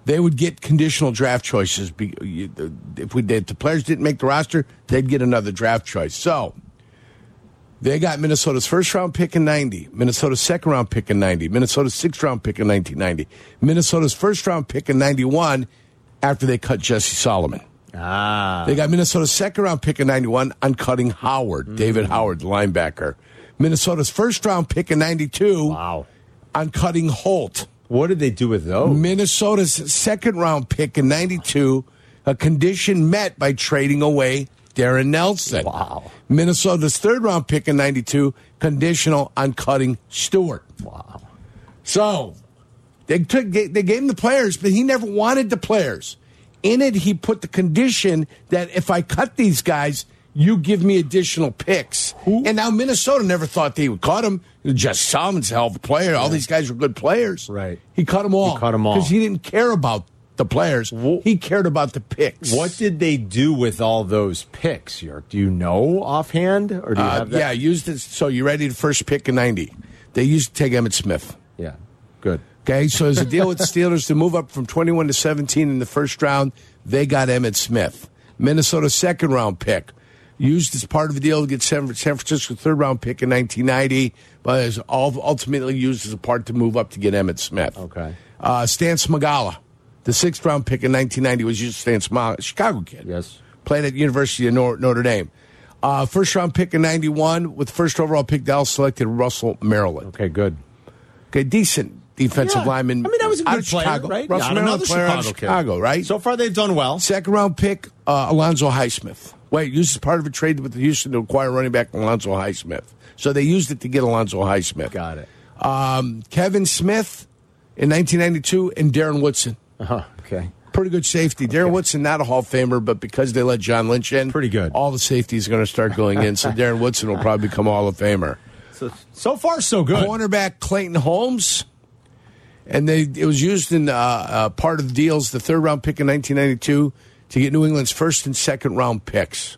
they would get conditional draft choices. Be- you- the- If, we, did- if the players didn't make the roster, they'd get another draft choice. So they got Minnesota's first round pick in 90, Minnesota's second round pick in 90, Minnesota's sixth round pick in 1990, Minnesota's first round pick in 91 after they cut Jesse Solomon. Ah, They got Minnesota's second round pick in 91 on cutting Howard, David Howard, the linebacker. Minnesota's first round pick in 92 Wow. on cutting Holt. What did they do with those? Minnesota's second round pick in 92, a condition met by trading away Darren Nelson. Wow. Minnesota's third round pick in 92, conditional on cutting Stewart. Wow. So they took they they gave him the players, but he never wanted the players. In it, he put the condition that if I cut these guys, you give me additional picks. And now Minnesota never thought they would cut him. Just Solomon's a hell of a player. All these guys were good players. Right. He cut them all. cut 'em all. because Oh, he didn't care about the players. Wh- he cared about the picks. What did they do with all those picks, York? Do you know offhand, or do you Uh, have yeah, that? used it. So you ready to first pick in ninety? They used to take Emmett Smith. Yeah. Yeah. Good. Okay, so as a deal with the Steelers to move up from 21 to 17 in the first round, they got Emmett Smith. Minnesota's second round pick, used as part of the deal to get San San Francisco's third round pick in 1990, but is all ultimately used as a part to move up to get Emmett Smith. Okay. Uh, Stan Smagala, the sixth round pick in 1990, was used Stan Smagala, Chicago kid. Yes. Played at University of Nor- Notre Dame. Uh, first round pick in 91, with first overall pick, Dallas selected Russell Maryland. Okay. Good. Okay, decent defensive Yeah. lineman. I mean, that was a out good of player, Chicago. right? Russell Not Maryland, another player out of kid. Chicago, right? So far, they've done well. second round pick uh, Alonzo Highsmith. Wait, used as part of a trade with Houston to acquire running back Alonzo Highsmith. So they used it to get Alonzo Highsmith. Got it. Um, Kevin Smith in 1992 and Darren Woodson. Uh-huh. Okay. Pretty good safety. Darren Woodson, not a Hall of Famer, but because they let John Lynch in, Pretty good. All the safeties are going to start going in, so Darren Woodson will probably become a Hall of Famer. So far, so good. cornerback Clayton Holmes. And they it was used in uh, uh, part of deals, the third round pick in 1992, to get New England's first and second round picks.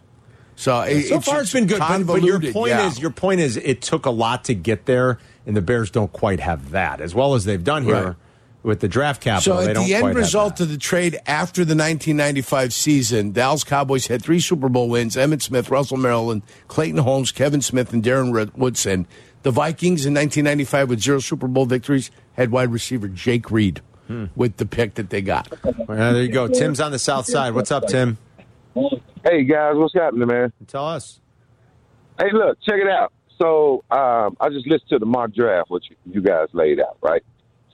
So, it, so far, it's been good. But, but your convoluted, point yeah. is, your point is, it took a lot to get there, and the Bears don't quite have that, as well as they've done here Right. with the draft so capital. they at don't the quite end have result that. of the trade after the 1995 season, Dallas Cowboys had three Super Bowl wins: Emmett Smith, Russell Maryland, Clayton Holmes, Kevin Smith, and Darren Red- Woodson. The Vikings in 1995, with zero Super Bowl victories, had wide receiver Jake Reed. with the pick that they got. Well, there you go. Tim's on the south side. What's up, Tim? Hey guys, what's happening, man? Tell us. Hey, look, check it out. So um, I just listened to the mock draft, which you guys laid out, right?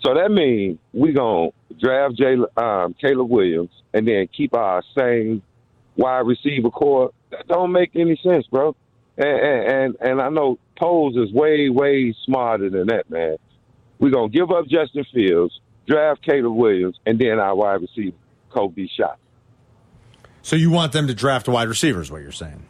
So that means we gonna draft Jay, um, Caleb Williams and then keep our same wide receiver core. That don't make any sense, bro. And and and, and I know Poles is way way smarter than that, man. We gonna give up Justin Fields, draft Caleb Williams, and then our wide receiver Kobe Shot. So you want them to draft wide receivers? What you're saying?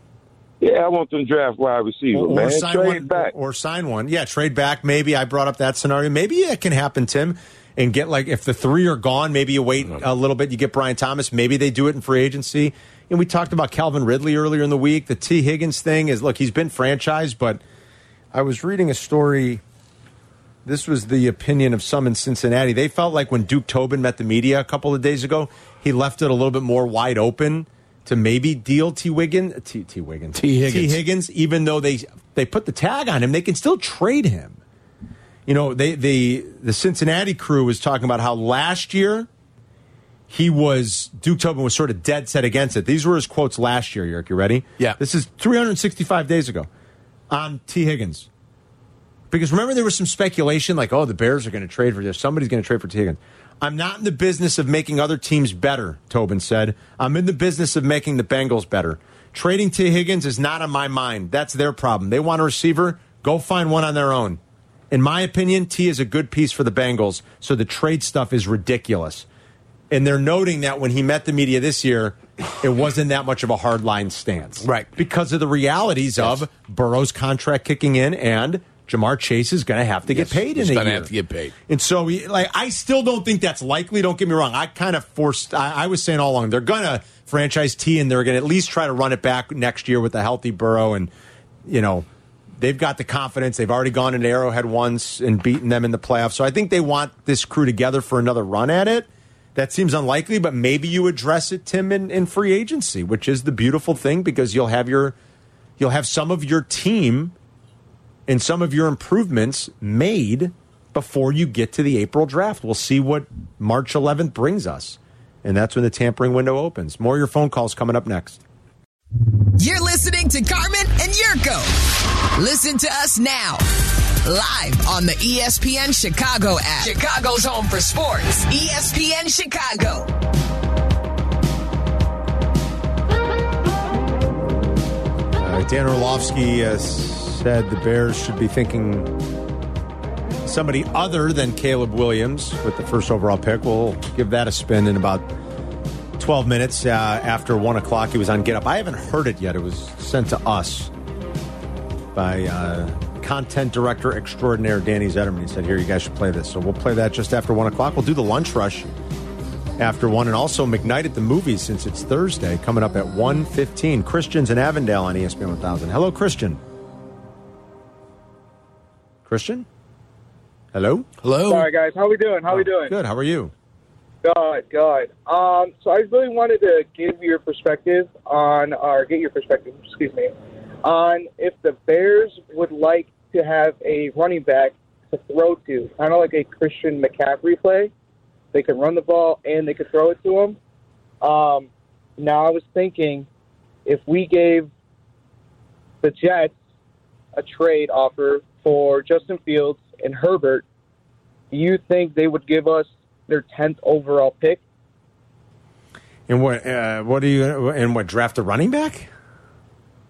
Yeah, I want them to draft wide receiver, Or, man. or sign Trade one, back. or sign one. Yeah, trade back. Maybe I brought up that scenario. Maybe it can happen, Tim. And get like if the three are gone, maybe you wait Mm-hmm. a little bit. You get Brian Thomas. Maybe they do it in free agency. And we talked about Calvin Ridley earlier in the week. The T Higgins thing is look, he's been franchised, but I was reading a story. This was the opinion of some in Cincinnati. They felt like when Duke Tobin met the media a couple of days ago, he left it a little bit more wide open to maybe deal T. Wiggins, T. T. Wiggins, T. Higgins. T. Higgins. Even though they they put the tag on him, they can still trade him. You know, they the the Cincinnati crew was talking about how last year he was Duke Tobin was sort of dead set against it. These were his quotes last year. Yerk, you ready? Yeah. This is 365 days ago on T. Higgins. Because remember, there was some speculation like, oh, the Bears are going to trade for this. Somebody's going to trade for T. Higgins. I'm not in the business of making other teams better, Tobin said. I'm in the business of making the Bengals better. Trading T. Higgins is not on my mind. That's their problem. They want a receiver. Go find one on their own. In my opinion, T is a good piece for the Bengals, so the trade stuff is ridiculous. And they're noting that when he met the media this year, it wasn't that much of a hardline stance. Right. Because of the realities of Burrow's contract kicking in and Jamar Chase is going to have to Yes, get paid he's in a gonna year. have to get paid. And so, he- like, I still don't think that's likely. Don't get me wrong. I kind of forced. I, I was saying all along they're gonna franchise T, and they're gonna at least try to run it back next year with a healthy Burrow, and you know they've got the confidence. They've already gone into Arrowhead once and beaten them in the playoffs, so I think they want this crew together for another run at it. That seems unlikely, but maybe you address it, Tim, in, in free agency, which is the beautiful thing because you'll have your you'll have some of your team and some of your improvements made before you get to the April draft. We'll see what March 11th brings us. And that's when the tampering window opens. More of your phone calls coming up next. You're listening to Carmen and Yurko. Listen to us now. Live on the E ESPN Chicago app. Chicago's home for sports. E ESPN Chicago. Uh, Dan Orlovsky uh, said the Bears should be thinking somebody other than Caleb Williams with the first overall pick. We'll give that a spin in about 12 minutes uh, after 1 o'clock. He was on Get Up. I haven't heard it yet. It was sent to us by uh, content director extraordinaire Danny Zetterman. He said, Here, you guys should play this. So we'll play that just after 1 o'clock. We'll do the lunch rush after one and also McKnight at the movies since it's Thursday coming up at 1.15. Christian's in Avondale on E ESPN 1000. Hello, Christian. Christian? Hello? Hello. Sorry, guys. How we doing? How we doing? Oh, Good. How are you? Good, good. Um, so I really wanted to give your perspective on, or get your perspective, excuse me, on if the Bears would like to have a running back to throw to, kind of like a Christian McCaffrey play. They could run the ball and they could throw it to him. Um, now I was thinking, if we gave the Jets a trade offer for Justin Fields and Herbert, do you think they would give us their 10th overall pick? And what, uh, what are you, and what, draft a running back?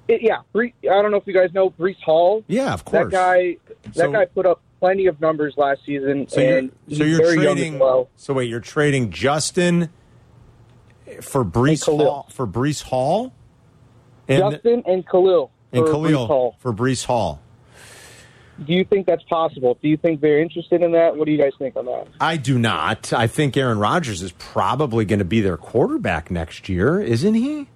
It, yeah, Brees, I don't know if you guys know Brees Hall. Yeah, of that course. guy. That So- guy put up plenty of numbers last season, So and you're, so he's you're very young trading, as well. so wait, you're trading Justin for Brees Khalil. Hall, for Brees Hall? And, Justin and Khalil. and for Khalil Brees Hall. for Brees Hall. Do you think that's possible? Do you think they're interested in that? What do you guys think on that? I do not. I think Aaron Rodgers is probably going to be their quarterback next year, isn't he?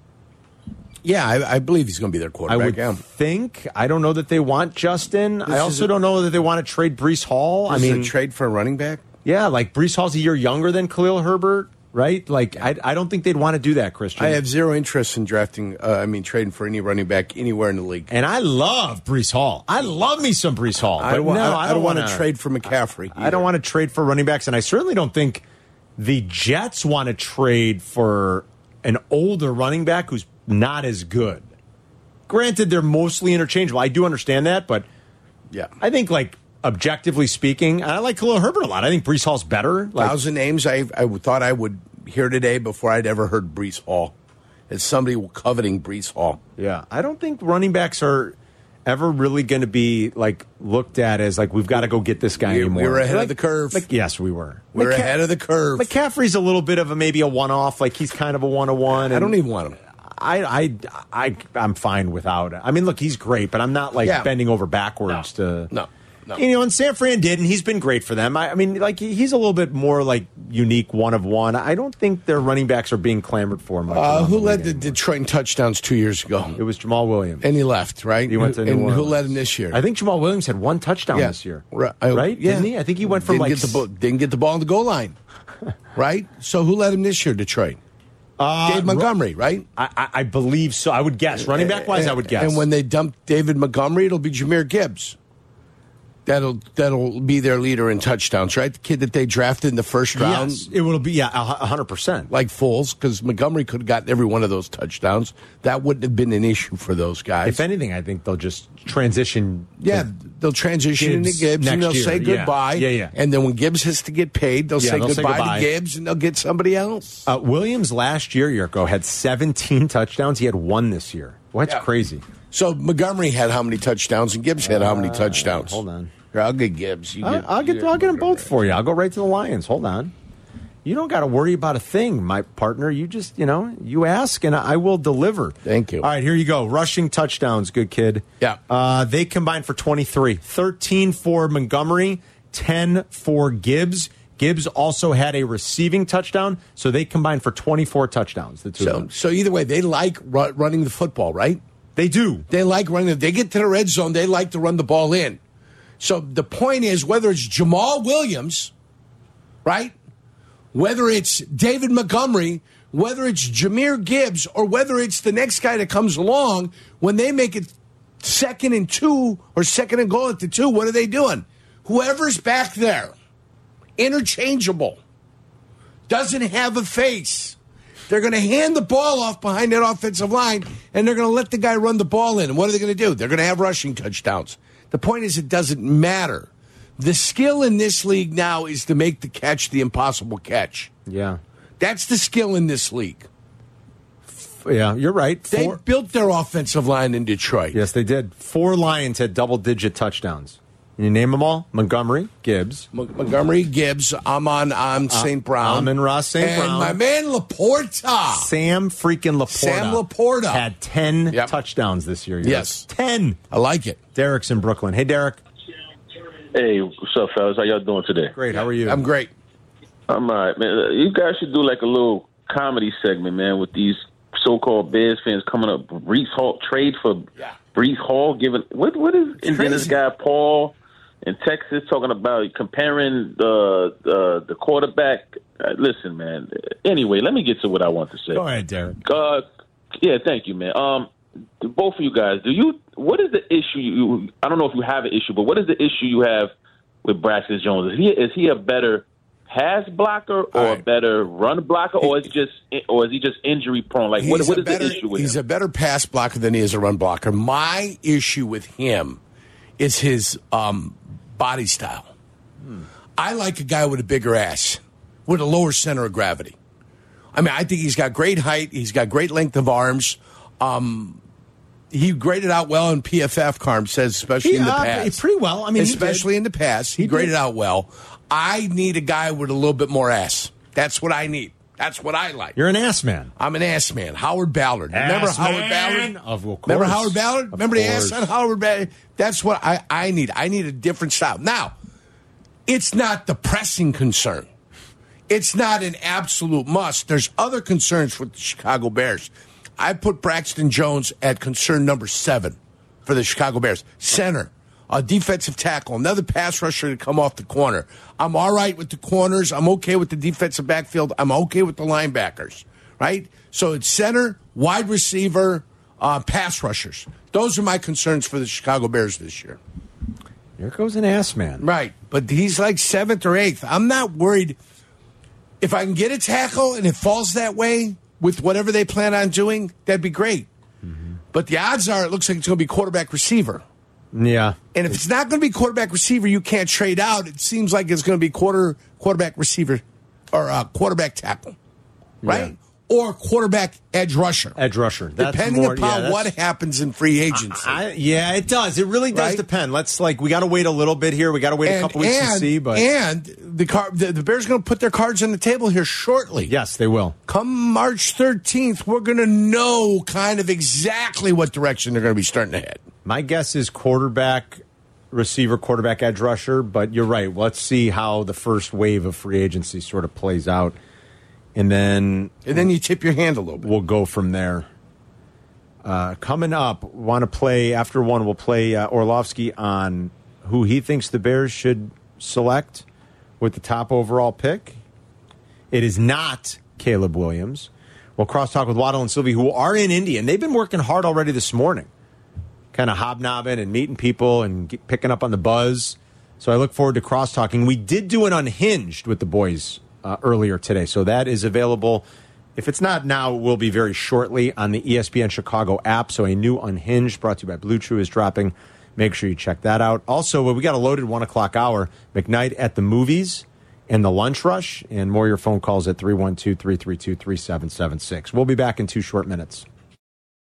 Yeah, I, I believe he's going to be their I quarterback. would yeah. think. I don't know that they want Justin. I is also a- don't know that they want to trade Brees Hall. I This is mean, a trade for a running back. yeah, like Brees Hall's a year younger than Khalil Herbert, right? Like, I, I don't think they'd want to do that, Christian. I have zero interest in drafting. Uh, I mean, trading for any running back anywhere in the league. and I love Brees Hall. I love me some Brees Hall. I But don't, wa- no, I, I don't want to wanna- trade for McCaffrey. I don't want to trade for running backs, and I certainly don't think The Jets want to trade for an older running back who's not as good. Granted, they're mostly interchangeable. I do understand that, but Yeah. I think, like, objectively speaking, I like Khalil Herbert a lot. I think Brees Hall's better. Like, thousand names I, I thought I would hear today before I'd ever heard Brees Hall. It's somebody coveting Brees Hall. Yeah, I don't think running backs are ever really going to be like looked at as like we've got to go get this guy We- we anymore. were ahead of Like- the curve. Like yes, we were. We're McCa- ahead of the curve. McCaffrey's a little bit of a maybe a one-off. Like he's kind of a one-on-one. I don't even want him. I I I I'm fine without it. I mean, look, he's great, but I'm not like Yeah. bending over backwards No, to no, no. You know, and San Fran did, and he's been great for them. I, I mean, like he- he's a little bit more like unique, one of one. I don't think their running backs are being clamored for much. Uh, around who the led league the anymore. Detroit in touchdowns two years It ago? was Jamal Williams. And he left, right? He went to New and who Orleans. led him this year? I think Jamal Williams had one touchdown Yeah. this year, Ri- right? I- yeah. Didn't he? I think he went from didn't like get the ball, didn't get the ball on the goal line, right? So who led him this year? Detroit. uh, Dave Montgomery, right? I, I- I believe so. I would guess running back wise, I would guess. And when they dump David Montgomery, it'll be Jameer Gibbs. That'll that'll be their leader in touchdowns, right? The kid that they drafted in the first round, yes, it will be yeah, a hundred percent. like fools, because Montgomery could have gotten every one of those touchdowns. That wouldn't have been an issue for those guys. If anything, I think they'll just transition. yeah, to- they'll transition Gibbs into Gibbs and next they'll year, say yeah. goodbye. Yeah, yeah. And then when Gibbs has to get paid, they'll, Yeah, say, they'll say goodbye goodbye. to Gibbs and they'll get somebody else. uh, Williams last year, Yurko had seventeen touchdowns. He had one this year. Well, that's Yeah. crazy. So Montgomery had how many touchdowns and Gibbs had how many touchdowns? Uh, hold on. Oh. Here, I'll get Gibbs. You I, I'll you get I'll get them both Montgomery. for you. I'll go right to the Lions. Hold on. You don't got to worry about a thing, my partner. You just, you know, you ask and I will deliver. Thank you. All right, here you go. Rushing touchdowns, good kid. Yeah. Uh, they combined for 23. 13 for Montgomery, 10 for Gibbs. Gibbs also had a receiving touchdown, so they combined for 24 touchdowns, the two of So, them. so either way, they like ru- running the football, right? They do. They like running. They get to the red zone. They like to run the ball in. So the point is, whether it's Jamal Williams, right? Whether it's David Montgomery, whether it's Jameer Gibbs, or whether it's the next guy that comes along, when they make it second and two or second and goal at the two, what are they doing? Whoever's back there, interchangeable, doesn't have a face. They're going to hand the ball off behind that offensive line, and they're going to let the guy run the ball in. And what are they going to do? They're going to have rushing touchdowns. The point is, it doesn't matter. The skill in this league now is to make the catch the impossible catch. Yeah. That's the skill in this league. Yeah, you're right. They Four, built their offensive line in Detroit. yes, they did. Four Lions had double digit touchdowns. You name them all Montgomery, Gibbs, Mon- Montgomery Gibbs, Amon Am St. Brown. Uh, Amon Ra St. And Brown. my man Laporta. Sam freaking Laporta. Sam Laporta. had ten Yep. touchdowns this year. you Yes. guys. ten. I like it. Derek's in Brooklyn. Hey, Derek. Hey, what's up, fellas? How y'all doing today? Great. How are you? I'm great. I'm all right, man. You guys should do like a little comedy segment, man, with these so-called Bears fans coming up. Brees Hall trade for Yeah. Brees Hall, giving what? What is? and then this crazy. guy Paul in Texas talking about comparing the the, the quarterback. Uh, listen, man. Anyway, let me get to what I want to say. Go ahead, Derek. Uh, yeah, thank you, man. Um, both of you guys, do you? What is the issue? You, I don't know if you have an issue, but what is the issue you have with Braxton Jones? Is he is he a better pass blocker or All a right. better run blocker, or is just or is he just injury prone? Like, what, He's what a is better- the issue with He's him? a better pass blocker than he is a run blocker. My issue with him is his um, body style. Hmm. I like a guy with a bigger ass, with a lower center of gravity. I mean, I think he's got great height. He's got great length of arms. Um, he graded out well in PFF. Carm says, especially He, in the uh, past, pretty well. I mean, he did. especially in the past, he, He did. graded out well. I need a guy with a little bit more ass. That's what I need. That's what I like. You're an ass man. I'm an ass man. Howard Ballard. Remember Ass Howard man? Ballard? Of course. Remember Howard Ballard? Of Remember the ass course. on Howard Ballard? That's what I, I need. I need a different style. Now, it's not the pressing concern. It's not an absolute must. There's other concerns with the Chicago Bears. I put Braxton Jones at concern number seven for the Chicago Bears. Center, a defensive tackle, another pass rusher to come off the corner. I'm all right with the corners. I'm okay with the defensive backfield. I'm okay with the linebackers, right? So it's center, wide receiver, uh, pass rushers. Those are my concerns for the Chicago Bears this year. Here goes an ass man. Right. But he's like seventh or eighth. I'm not worried. If I can get a tackle and it falls that way with whatever they plan on doing, that'd be great. Mm-hmm. But the odds are it looks like it's going to be quarterback receiver. Yeah. And if it's not going to be quarterback receiver, you can't trade out. It seems like it's going to be quarter quarterback receiver or uh, quarterback tackle, right? Or quarterback edge rusher. Edge rusher. That's Depending more- yeah, upon that's- what happens in free agency. I, yeah, it does. It really does Right? depend. Let's like we got to wait a little bit here. We got to wait a couple weeks to see. But and the, car, the the Bears are going to put their cards on the table here shortly. yes, they will. Come March 13th, we're going to know kind of exactly what direction they're going to be starting to head. My guess is quarterback, receiver, quarterback, edge rusher. But you're right. Let's see how the first wave of free agency sort of plays out, and then And then you tip your hand a little bit. we'll go from there. Uh, coming up, want to play after one. We'll play uh, Orlovsky on who he thinks the Bears should select with the top overall pick. It is not Caleb Williams. We'll crosstalk with Waddle and Sylvie, who are in India, and they've been working hard already this morning, kind of hobnobbing and meeting people and get, picking up on the buzz. So I look forward to crosstalking. We did do an unhinged with the boys uh, earlier today, so that is available. If it's not now, it will be very shortly on the E ESPN Chicago app. So a new unhinged brought to you by Blue Chew is dropping. Make sure you check that out. Also, well, we got a loaded one o'clock hour. McKnight at the movies and the lunch rush, and more of your phone calls at 312 332 3776. We'll be back in two short minutes.